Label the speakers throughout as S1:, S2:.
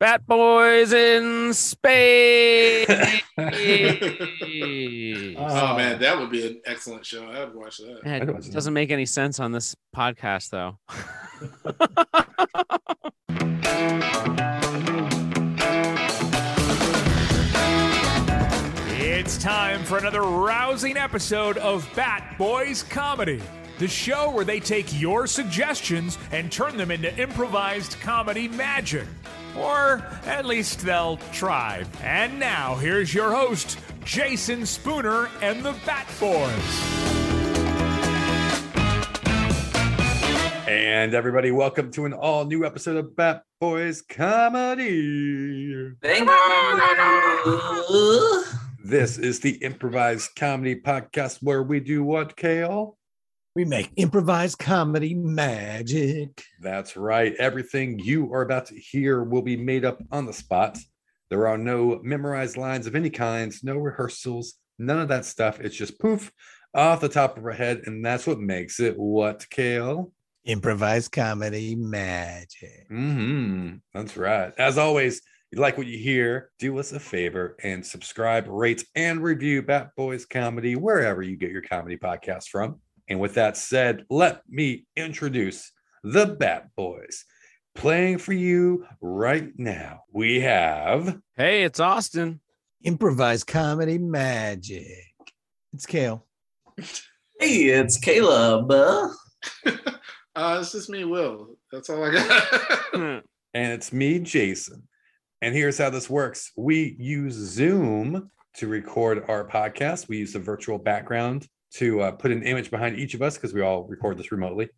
S1: Fat Boys in Space. Man,
S2: oh man, that would be an excellent show. I'd watch that.
S1: it doesn't make any sense on this podcast, though.
S3: It's time for another rousing episode of Bat Boys Comedy, the show where they take your suggestions and turn them into improvised comedy magic. Or at least they'll try. And now, here's your host, Jason Spooner and the Bat Boys.
S4: And everybody, welcome to an all new episode of Bat Boys Comedy.
S5: Thank you.
S4: This is the improvised comedy podcast where we do what, Kale?
S6: We make improvised comedy magic.
S4: That's right. Everything you are about to hear will be made up on the spot. There are no memorized lines of any kinds, no rehearsals, none of that stuff. It's just poof off the top of our head. And that's what makes it what, Kale?
S6: Improvised comedy magic.
S4: hmm That's right. As always, you like what you hear, do us a favor and subscribe, rate, and review Bat Boys Comedy wherever you get your comedy podcast from. And with that said, let me introduce the Bat Boys. Playing for you right now, we have
S1: Hey, it's Austin.
S6: Improvised comedy magic. It's Kale.
S5: Hey, it's Caleb.
S2: Uh, it's just me, Will. That's all I got.
S1: That's
S4: and it's me, Jason. And here's how this works we use Zoom to record our podcast, we use a virtual background to uh, put an image behind each of us because we all record this remotely.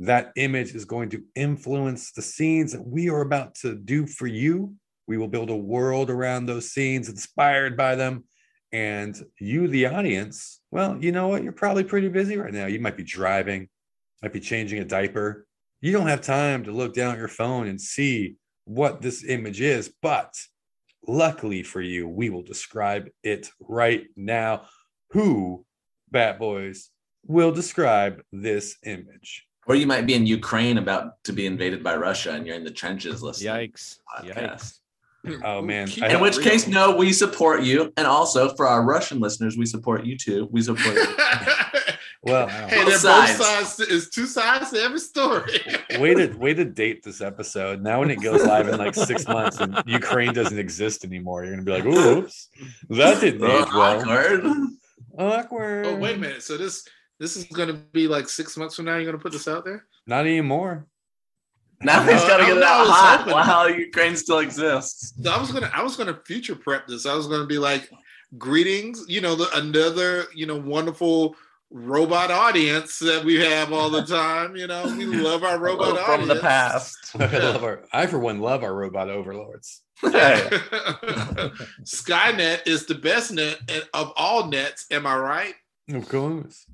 S4: That image is going to influence the scenes that we are about to do for you. We will build a world around those scenes inspired by them. And you, the audience, well, you know what? You're probably pretty busy right now. You might be driving, might be changing a diaper. You don't have time to look down at your phone and see what this image is. But luckily for you, we will describe it right now. Who, Bat Boys, will describe this image?
S5: Or you might be in Ukraine about to be invaded by Russia and you're in the trenches listening.
S1: Yikes.
S5: to the
S1: Yikes.
S5: podcast.
S4: Oh, man.
S2: Keep
S4: I
S2: it
S5: In which
S2: real.
S5: case, no, we support you. And also for our Russian listeners, we support you too. We support you.
S4: Well,
S2: Hey, they're
S5: sides.
S2: both sides. to- It's two sides to every story.
S4: way to way to date this episode. Now when it goes live in like six months and Ukraine doesn't exist anymore, you're gonna be like, "Oops, that didn't
S5: Oh,
S4: age well."
S5: awkward.
S4: Awkward.
S2: oh, wait a minute. So this this is gonna be like six months from now. You're gonna put this out there?
S4: Not anymore.
S5: Now he's got to get it
S2: I
S5: out
S2: was
S5: hot
S2: hoping-
S5: while Ukraine still exists.
S2: So I was gonna I was gonna future prep this. I was gonna be like, greetings, you know, the, another you know wonderful robot audience that we have all the time. You know, we love our robot
S5: From
S2: audience
S5: the past.
S4: I love our. I for one love our robot overlords.
S5: Hey.
S2: Skynet is the best net of all nets. Am I right?
S4: Of course.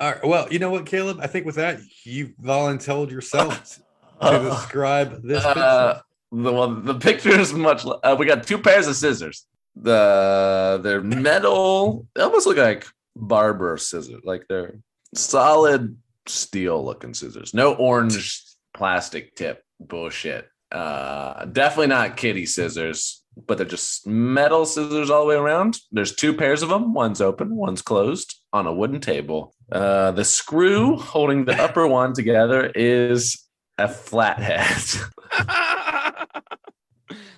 S4: All right. Well, you know what, Caleb? I think with that you voluntold yourself to
S5: Uh,
S4: describe this picture.
S5: uh, the well, the picture is much. l- Uh, we got two pairs of scissors. The they're metal. They almost look like barber scissors. Like they're solid steel looking scissors. No orange plastic tip bullshit. Uh, definitely not kitty scissors. But they're just metal scissors all the way around. There's two pairs of them. One's open, one's closed on a wooden table. Uh, the screw holding the upper one together is a flathead.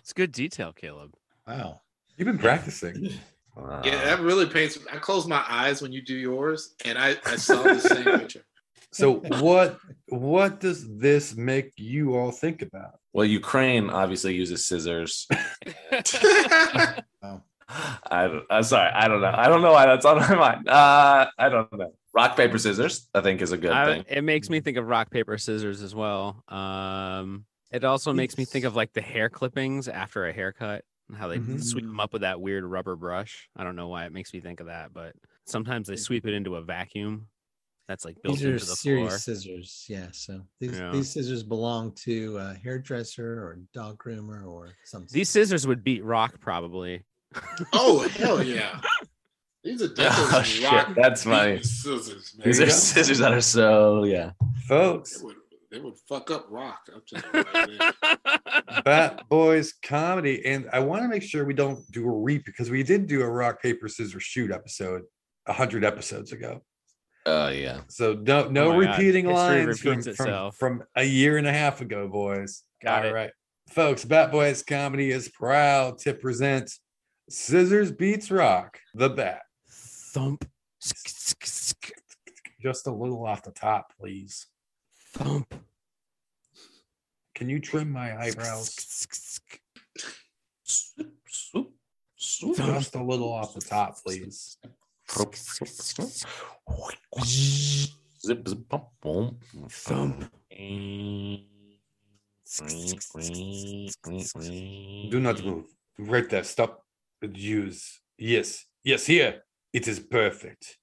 S1: It's good detail, Caleb.
S6: Wow.
S4: You've been practicing.
S5: Wow.
S2: Yeah, that really paints. I closed my eyes when you do yours, and I, I saw the same picture.
S4: So what what does this make you all think about?
S5: Well, Ukraine obviously uses scissors. I, I'm sorry. I don't know. I don't know why that's on my mind. Uh, I don't know. Rock, paper, scissors, I think is a good
S1: I,
S5: thing.
S1: it makes me think of rock, paper, scissors as well. Um, it also makes me think of like the hair clippings after a haircut and how they
S6: Mm-hmm.
S4: Mhm.
S1: sweep them up with that weird rubber brush. I don't know why it makes me think of that, but sometimes they sweep it into a vacuum that's like built
S6: These are
S1: into the floor.
S6: serious scissors. Yeah. So these,
S1: Yeah.
S6: these scissors belong to a hairdresser or dog groomer or something.
S1: These scissors would beat rock probably.
S2: oh hell yeah! These are
S5: Oh,
S2: definitely
S5: shit.
S2: rock
S5: That's funny.
S2: scissors. Man.
S5: These
S4: you
S5: are
S4: go.
S5: scissors that are so, yeah.
S4: Folks,
S2: It would- They would fuck up rock. I'm just right
S4: Bat Boys comedy. And I want to make sure we don't do a repeat because we did do a rock, paper, scissors, shoot episode a hundred episodes ago.
S5: Oh yeah.
S4: So no no
S1: Oh my God.
S4: repeating
S1: History
S4: lines from,
S1: repeats
S4: from,
S1: itself.
S4: from a year and a half ago, boys.
S1: Got
S4: All
S1: it.
S4: right. Folks, Bat Boys Comedy is proud to present Scissors Beats Rock, The Bat.
S1: Thump. Sk- sk- sk-
S4: Just a little off the top, please.
S1: Thump.
S4: Can you trim my
S1: Sk-
S4: eyebrows
S1: sk- sk-
S5: Swoop, swoop, swoop.
S4: just a little off the top, please?
S5: Swoop, swoop, swoop. Zip, zip, bump, boom.
S1: Thump.
S4: Do not move. Right there. Stop. Use. Yes. Yes. Here. It is perfect.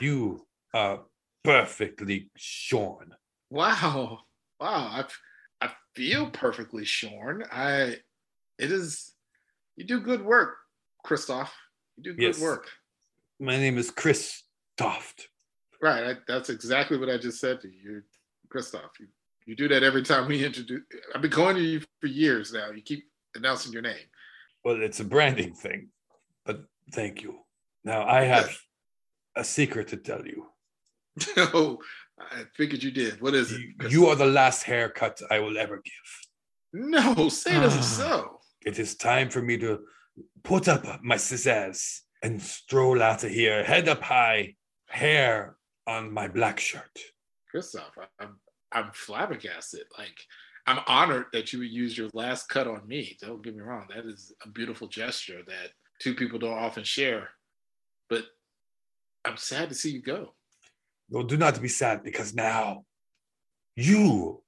S4: You are perfectly shorn.
S2: Wow. Wow. I I feel perfectly shorn. I it is you do good work, Christoph. You do good
S4: Yes.
S2: work.
S4: My name is Chris Toft.
S2: Right. I, that's exactly what I just said to you. You're, Christoph, you, you do that every time we introduce I've been calling you for years now. You keep announcing your name.
S4: Well, it's a branding thing, but thank you. Now I have a secret to tell you.
S2: oh, I figured you did. What is it?
S4: You, you are the last haircut I will ever give.
S2: No, say it
S4: Ah.
S2: isn't so.
S4: It is time for me to put up my scissors and stroll out of here, head up high, hair on my black shirt.
S2: Christoph, I- I'm I'm flabbergasted. Like I'm honored that you would use your last cut on me. Don't get me wrong. That is a beautiful gesture that two people don't often share. But I'm sad to see you go.
S4: No, do not be sad because now you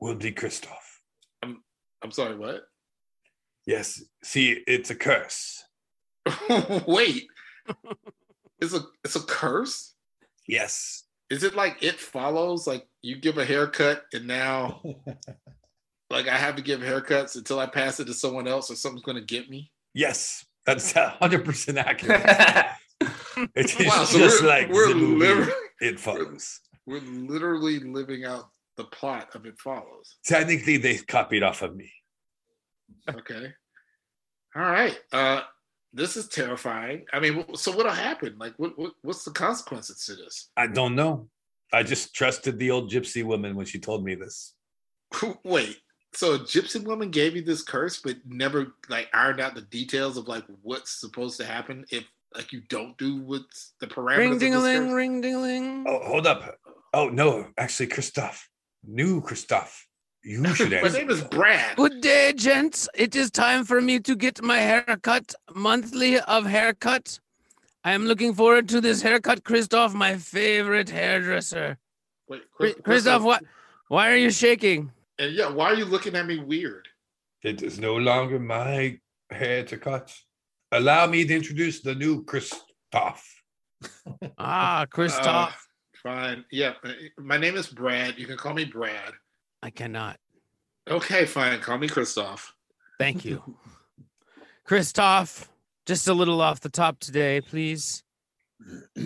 S4: will be Christoph.
S2: I'm sorry, what?
S4: Yes, see, it's a curse.
S2: Wait. It's a it's a curse?
S4: Yes,
S2: Is it like it follows? Like you give a haircut and now like I have to give haircuts until I pass it to someone else or something's gonna get me?
S4: yes, that's 100% accurate.
S5: That's
S4: It is
S2: Wow, so
S4: just
S2: we're,
S4: like
S2: we're
S4: the movie
S2: literally
S4: It Follows.
S2: we're literally living out the plot of it follows.
S4: Technically, they copied off of me.
S2: Okay. All right. Uh this is terrifying. I mean, wh- so what'll happen? Like what, what what's the consequences to this?
S4: I don't know. I just trusted the old gypsy woman when she told me this.
S2: Wait. So a gypsy woman gave you this curse but never like ironed out the details of like what's supposed to happen if like you don't do what's the parameters
S1: Ring
S2: of this
S1: ding-a-ling,
S2: curse?
S1: ring ding-a-ling.
S4: Oh, hold up. Oh, no, actually, Christoph, new Christoph, you should
S2: My
S4: answer.
S2: name is Brad.
S1: Good day, gents. It is time for me to get my haircut, monthly of haircut. I am looking forward to this haircut, Christoph, my favorite hairdresser.
S2: Wait,
S1: Chri- Christoph, what? Why are you shaking?
S2: And yeah, why are you looking at me weird?
S4: It is no longer my hair to cut. Allow me to introduce the new Christoph.
S1: Ah, Christoph,
S2: Uh, fine. Yeah. My name is Brad. You can call me Brad.
S6: Uh.
S1: I cannot.
S2: Okay, fine. Call me Christoph.
S1: Thank you. Christoph, just a little off the top today, please.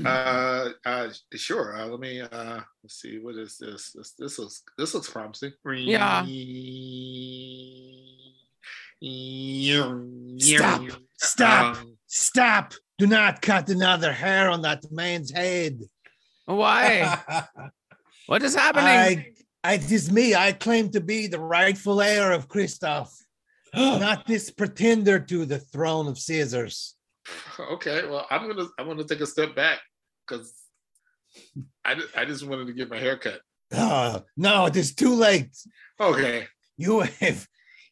S2: Uh, uh, sure. Uh, let me uh, let's see. What is this? This this looks this looks promising.
S1: Yeah.
S6: Stop.
S2: Stop. Um,
S6: Stop. Stop. Do not cut another hair on that man's head.
S1: Why? what is happening?
S6: I, I, it is me. I claim to be the rightful heir of Christoph, not this pretender to the throne of Caesars.
S2: okay. Well, I'm gonna I'm gonna take a step back because I ju- I just wanted to get my hair cut.
S6: Oh, no, it is too late.
S2: Okay.
S6: You have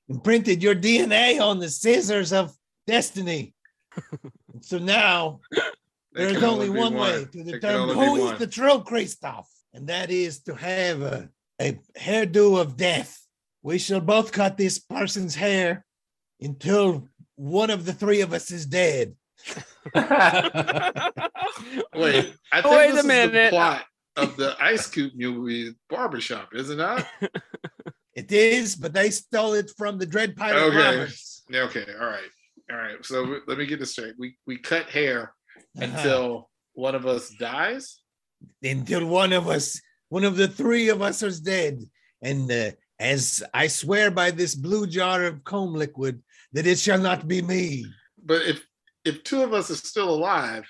S6: imprinted your DNA on the scissors of destiny. so now
S2: There
S6: there's
S2: can
S6: only
S2: be
S6: one way to
S2: There can
S6: determine
S2: only be
S6: who is
S2: one.
S6: the true Christoph, and that is to have a, a hairdo of death. We shall both cut this person's hair until one of the three of us is dead.
S2: Wait, I think
S1: Wait
S2: this
S1: a
S2: is the
S1: minute.
S2: plot of the Ice Cube movie Barbershop, is it not?
S6: It is, but they stole it from the Dread Pirate
S2: Okay.
S6: Roberts.
S2: Yeah, okay, all right, all right. So w- let me get this straight. We we cut hair
S6: Uh-huh.
S2: until one of us dies.
S6: until one of us One of the three of us is dead. And uh, as I swear by this blue jar of comb liquid that it shall not be me.
S2: But if if two of us are still alive,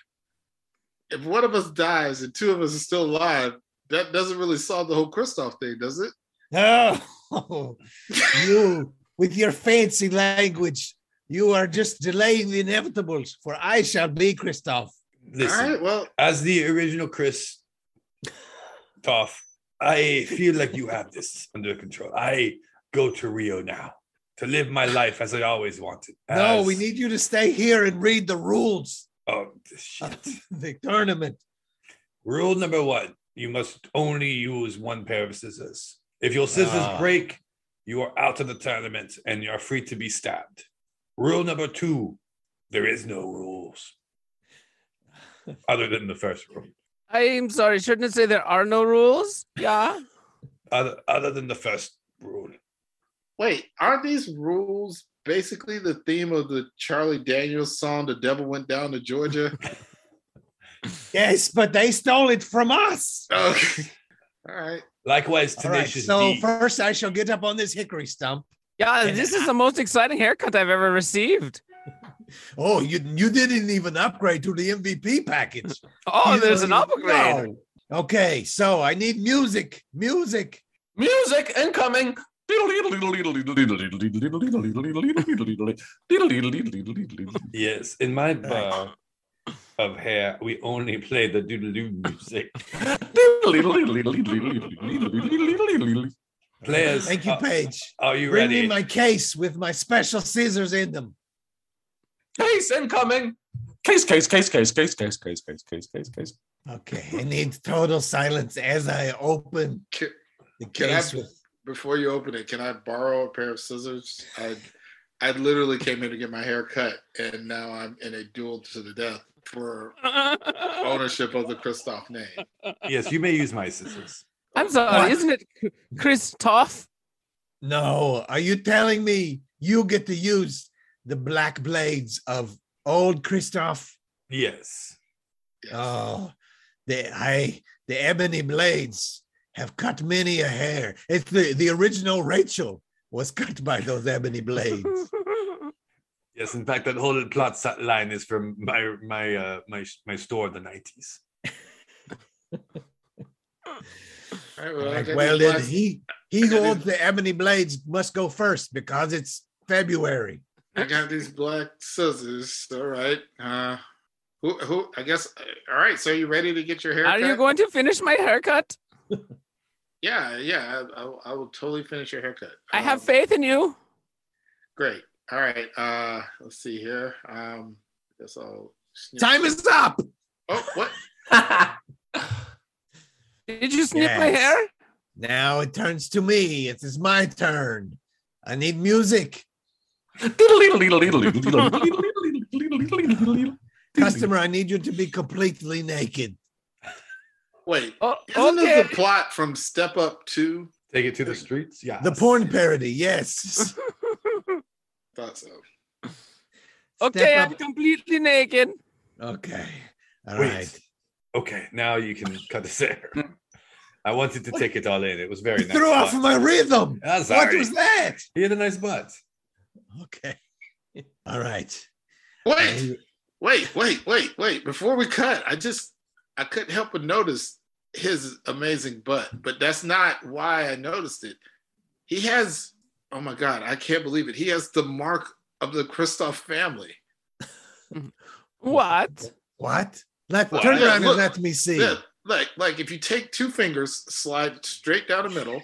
S2: if one of us dies and two of us are still alive, that doesn't really solve the whole Kristoff thing, does it?
S6: Oh, you with your fancy language, you are just delaying the inevitables, for I shall be Christoph.
S4: Listen,
S2: All right. Well,
S4: as the original Chris Toff, I feel like you have this under control. I go to Rio now to live my life as I always wanted.
S6: No,
S4: as-
S6: we need you to stay here and read the rules
S4: Oh, shit.
S6: of the tournament.
S4: Rule number one you must only use one pair of scissors. If your scissors
S6: Ah.
S4: break, you are out of the tournament and you are free to be stabbed. Rule number two there is no rules other than the first rule.
S1: I am sorry. Shouldn't it say there are no rules? Yeah.
S4: Other, other than the first rule.
S2: wait, aren't these rules basically the theme of the Charlie Daniels song "The Devil Went Down to Georgia"?
S6: Yes, but they stole it from us.
S2: okay. All right.
S4: Likewise,
S6: All right,
S4: tenacious
S6: so
S4: D.
S6: first I shall get up on this hickory stump.
S1: Yeah,
S6: And
S1: this is the most exciting haircut I've ever received.
S6: Oh, you you didn't even upgrade to the MVP package.
S1: Oh,
S6: You
S1: there's an
S6: don't
S1: upgrade.
S6: know. Okay, so I need music, music.
S5: Music incoming. That's
S4: Yes, in my bow of hair, we only play the doodaloo music. Players,
S6: Thank you,
S4: uh,
S6: Paige.
S4: are you
S6: Bring me
S4: ready?
S6: my case with my special scissors in them.
S5: Case incoming. Case, case, case, case, case, case, case, case, case, case, case.
S6: Okay, I need total silence as I open
S2: Can-
S6: the
S2: can I-
S6: case. with-
S2: before you open it, can I borrow a pair of scissors? I I literally came here to get my hair cut, and now I'm in a duel to the death for ownership of the Kristoff name.
S4: yes, you may use my scissors.
S1: I'm sorry.
S6: What?
S1: Isn't it Christoph?
S6: No, are you telling me you get to use the black blades of old Christoph?
S4: Yes.
S2: Yes.
S6: Oh, the I the ebony blades have cut many a hair. It's the the original Rachel was cut by those ebony blades.
S4: Yes, in fact, that whole plot s- line is from my my uh, my sh- my store in the nineties.
S2: All right, well, I
S6: Like,
S2: got
S6: well,
S2: these
S6: then
S2: black-
S6: he he who owns the ebony blades must go first because it's February.
S2: I got these black scissors. All right. Uh, who, who, I guess, uh, all right. So, you ready to get your hair
S1: Are
S2: cut?
S1: you going to finish my haircut?
S2: yeah, yeah. I, I, will- I will totally finish your haircut.
S1: I
S6: Oh.
S1: have
S2: Um,
S1: faith in you.
S2: Great. All right. Uh, let's see here. Um, guess I'll. sneak-
S6: Time is up.
S2: Oh, what?
S1: Did you snip my
S6: Yes.
S1: hair?
S6: Now it turns to me. It is my turn. I need music. Customer, I need you to be completely naked.
S2: Wait.
S1: Oh,
S2: Isn't
S1: okay.
S2: this the plot from Step Up 2?
S4: Take it to the streets. Yeah.
S6: The porn parody, yes.
S2: Thought so.
S1: Okay,
S6: Step
S1: I'm completely naked.
S6: up. Okay. All
S4: Wait.
S6: right.
S4: Okay, now you can cut this hair. I wanted to take it all in. It was very
S6: You
S4: nice.
S6: threw off
S4: butt.
S6: my rhythm.
S4: Ah,
S6: What
S4: sorry.
S6: was that?
S4: He had a nice butt.
S6: Okay. All right.
S2: Wait, wait, wait, wait, wait. Before we cut, I just, I couldn't help but notice his amazing butt, but that's not why I noticed it. He has, oh my God, I can't believe it. He has the mark of the Kristoff family.
S1: What?
S6: What? Let
S2: What?
S6: turn
S2: Yeah,
S6: around
S2: look.
S6: and let me see.
S2: Yeah, like, like if you take two fingers, slide straight down the middle,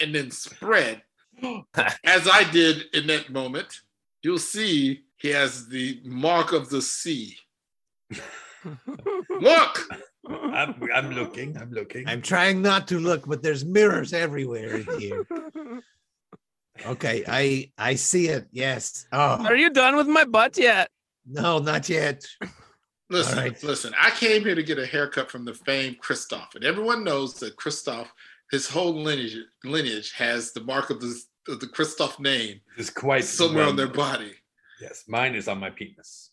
S2: and then spread, as I did in that moment, you'll see he has the mark of the sea. Look!
S4: I'm, I'm looking. I'm looking.
S6: I'm trying not to look, but there's mirrors everywhere in here. Okay, I I see it. Yes. Oh
S1: Are you done with my butt yet?
S6: no, not yet.
S2: Listen,
S6: All right.
S2: listen. I came here to get a haircut from the famed Christoph, and everyone knows that Christoph, his whole lineage, lineage has the mark of the of the Christoph name
S4: It's quite
S2: somewhere on their
S4: well-
S2: body.
S4: Yes, mine is on my penis.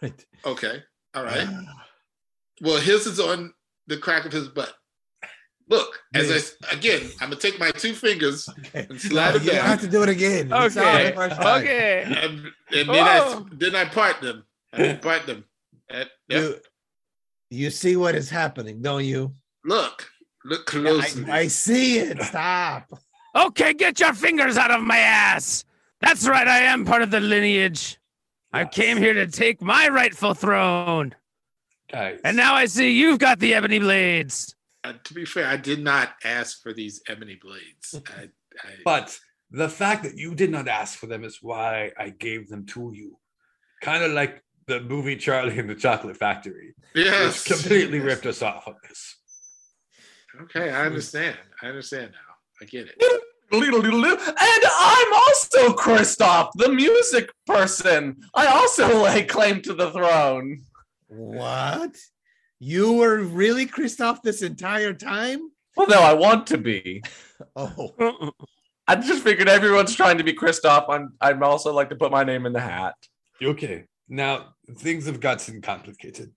S6: Right.
S2: Okay, all right.
S6: Uh,
S2: Well, his is on the crack of his butt. Look, as I again, I'm gonna take my two fingers
S6: Okay.
S2: and slide it
S6: you don't
S2: down,
S6: have to do it again. It's all
S1: Okay.
S6: the first time.
S1: Okay.
S2: and, and then I
S1: Oh.
S2: then I part them. I part them. That- that-
S6: You, you see what is happening, don't you?
S2: look, look
S6: I,
S2: closely.
S6: I see it. Stop.
S1: Okay, get your fingers out of my ass. That's right, I am part of the lineage. I came here to take my rightful throne.
S4: Guys.
S1: And now I see you've got the ebony blades.
S2: Uh, to be fair, I did not ask for these ebony blades. I, I,
S4: But the fact that you did not ask for them is why I gave them to you. Kind of like the movie Charlie and the Chocolate Factory,
S2: yes,
S4: which completely ripped us off on this.
S2: Okay, I understand. I understand now. I get it.
S5: And I'm also Kristoff, the music person. I also lay claim to the throne.
S6: What? You were really Christoph this entire time?
S5: Well, no, I want to be.
S6: Oh,
S5: I just figured everyone's trying to be Kristoff. I'm. I'd also like to put my name in the hat.
S4: Okay, now things have gotten complicated.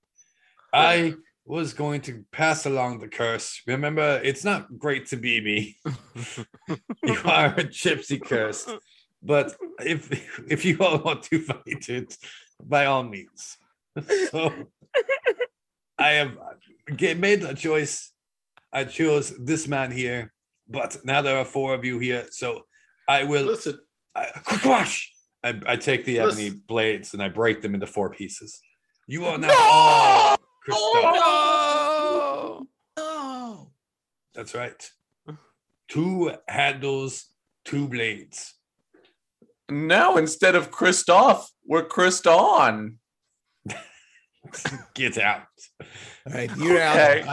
S4: I was going to pass along the curse. Remember, it's not great to be me. you are a gypsy curse. But if if you all want to fight it, by all means. So I have ga- made a choice. I chose this man here, but now there are four of you here, so I will
S2: Listen,
S4: I, quash! I, I take the
S2: Listen.
S4: ebony blades and I break them into four pieces. You are now all Christoph.
S1: Oh!
S6: no.
S4: That's right. Two handles, two blades.
S5: No, instead of Kristoff, we're Kriston.
S4: Get out.
S6: All right, you're
S5: Okay.
S6: out.
S4: Now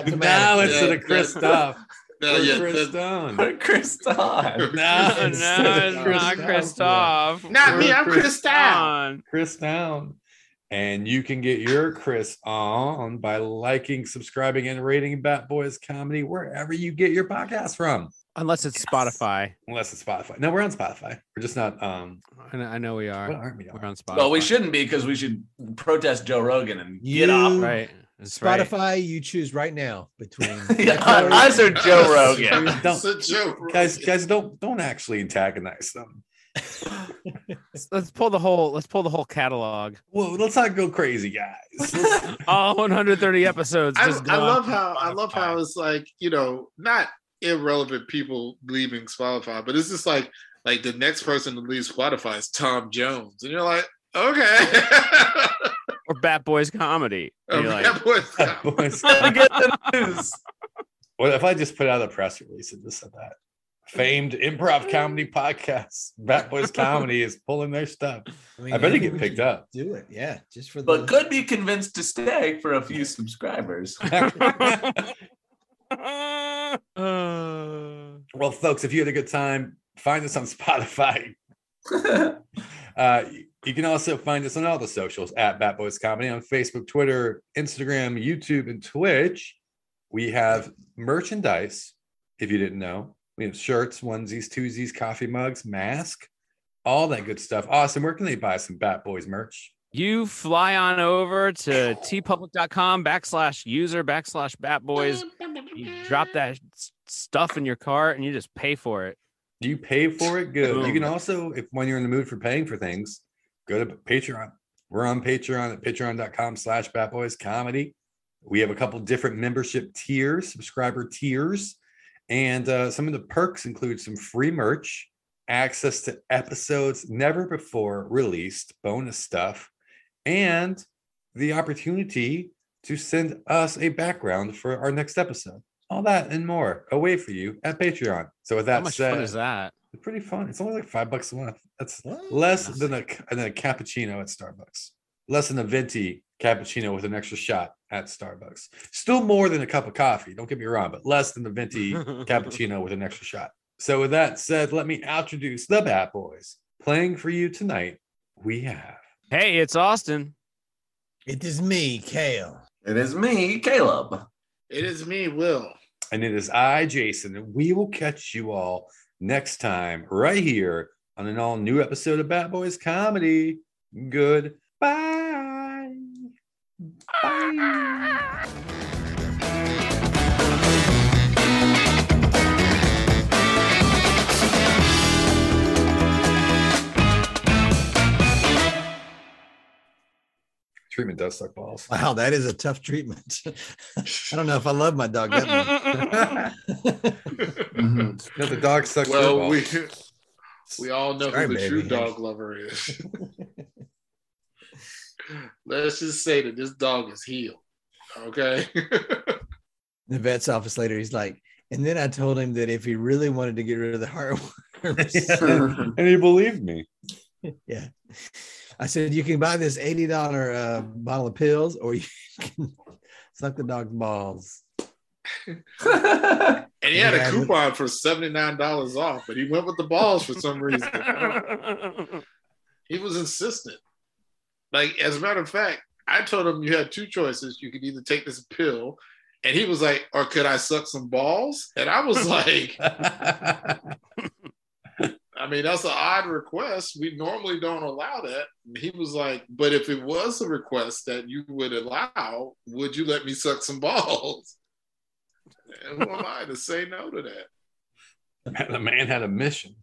S6: Automatic.
S4: it's
S2: Yeah,
S4: the
S2: yeah.
S4: Christoph.
S2: no,
S4: or
S2: yeah, the-
S4: Christone.
S5: We're Kriston.
S4: Now
S1: No, it's
S4: it's the
S1: not
S4: Christoph.
S1: Kristoff.
S2: not me.
S4: We're
S2: I'm
S4: Chris
S2: Chris Down.
S1: Christoph.
S4: Chris down. And you can get your Chris on by liking, subscribing, and rating Bat Boys Comedy wherever you get your podcast from.
S1: Unless it's Spotify.
S4: Unless it's Spotify. No, we're on Spotify. We're just not um
S1: I know, I know we
S4: what
S1: are.
S4: aren't we on?
S1: We're on Spotify.
S5: Well, we shouldn't be because we should protest Joe Rogan and
S6: You-
S5: get off.
S1: Right. That's right.
S6: Spotify, you choose right now between.
S5: Yeah, us or Joe Rogan.
S2: It's a Joe Rogan.
S4: guys guys don't don't actually antagonize them
S1: Let's- Let's pull the whole. Let's pull the whole catalog.
S4: well let's not go crazy guys
S1: All 130 episodes.
S2: I,
S1: just
S2: I
S1: go on
S2: love how I love how
S1: Spotify.
S2: it's like you know not irrelevant people leaving Spotify, but it's just like like the next person to leave Spotify is Tom Jones, and you're like, okay,
S1: or Bat Boys comedy. And
S2: Um,
S1: you're like,
S2: that was-
S4: Boys.
S5: We get the news.
S4: what if i just put out a press release and just said that famed improv comedy podcast bat boys comedy is pulling their stuff
S6: mean,
S4: i better
S6: maybe
S4: get
S6: we
S4: picked
S6: should
S4: up
S6: Do it, yeah, just for
S5: but
S6: the.
S5: could be convinced to stay for a few subscribers.
S4: well folks if you had a good time find us on spotify Uh, you can also find us on all the socials at Bat Boys Comedy on Facebook, Twitter, Instagram, YouTube, and Twitch. We have merchandise, if you didn't know. We have shirts, onesies, twosies, coffee mugs, mask, all that good stuff. Awesome. Where can they buy some Bat Boys merch?
S1: you fly on over to tpublic.com backslash user backslash Bat Boys. You drop that s- stuff in your cart and you just pay for it.
S4: You pay for it good. You
S1: Boom.
S4: can also, if when you're in the mood for paying for things, go to Patreon. We're on Patreon at patreon.com slash Bat Boys Comedy. We have a couple different membership tiers, subscriber tiers, and uh, some of the perks include some free merch, access to episodes never before released, bonus stuff, and the opportunity to send us a background for our next episode. All that and more away for you at Patreon. So with that
S1: How much
S4: said,
S1: fun is that?
S4: it's pretty fun. It's only like five bucks a month. That's
S6: What?
S4: less than a, ca- than a cappuccino at Starbucks. Less than a venti cappuccino with an extra shot at Starbucks. Still more than a cup of coffee. Don't get me wrong, but less than the venti cappuccino with an extra shot. So with that said, let me introduce the Bat Boys. Playing for you tonight, we have
S1: Hey, it's Austin.
S6: It is me, Kale.
S5: it is me, Caleb.
S2: it is me, Will.
S4: and it is I, Jason, and we will catch you all next time right here on an all new episode of Bat Boys Comedy. Good. Bye. Bye.
S7: Thank
S4: Treatment does suck balls.
S6: Wow, that is a tough treatment. I don't know if I love my dog that much.
S4: no,
S8: Mhm.
S4: the dog sucks her
S2: well,
S4: balls.
S2: we we all know
S6: Sorry,
S2: who the true
S6: baby.
S2: dog lover is. Let's just say that this dog is healed. Okay.
S6: the vet's office later. He's like, and then I told him that if he really wanted to get rid of the heartworms,
S4: and he believed me.
S6: yeah, I said you can buy this eighty dollar uh, bottle of pills, or you can suck the dog's balls.
S2: and he had
S6: Yeah,
S2: a
S6: I-
S2: coupon for seventy nine dollars off, but he went with the balls for some reason. he was insistent. Like, as a matter of fact, I told him you had two choices. You could either take this pill, and he was like, or could I suck some balls? And I was like, I mean, that's an odd request. We normally don't allow that. And he was like, but if it was a request that you would allow, would you let me suck some balls? And who am I to say no to that?
S4: the man had a mission.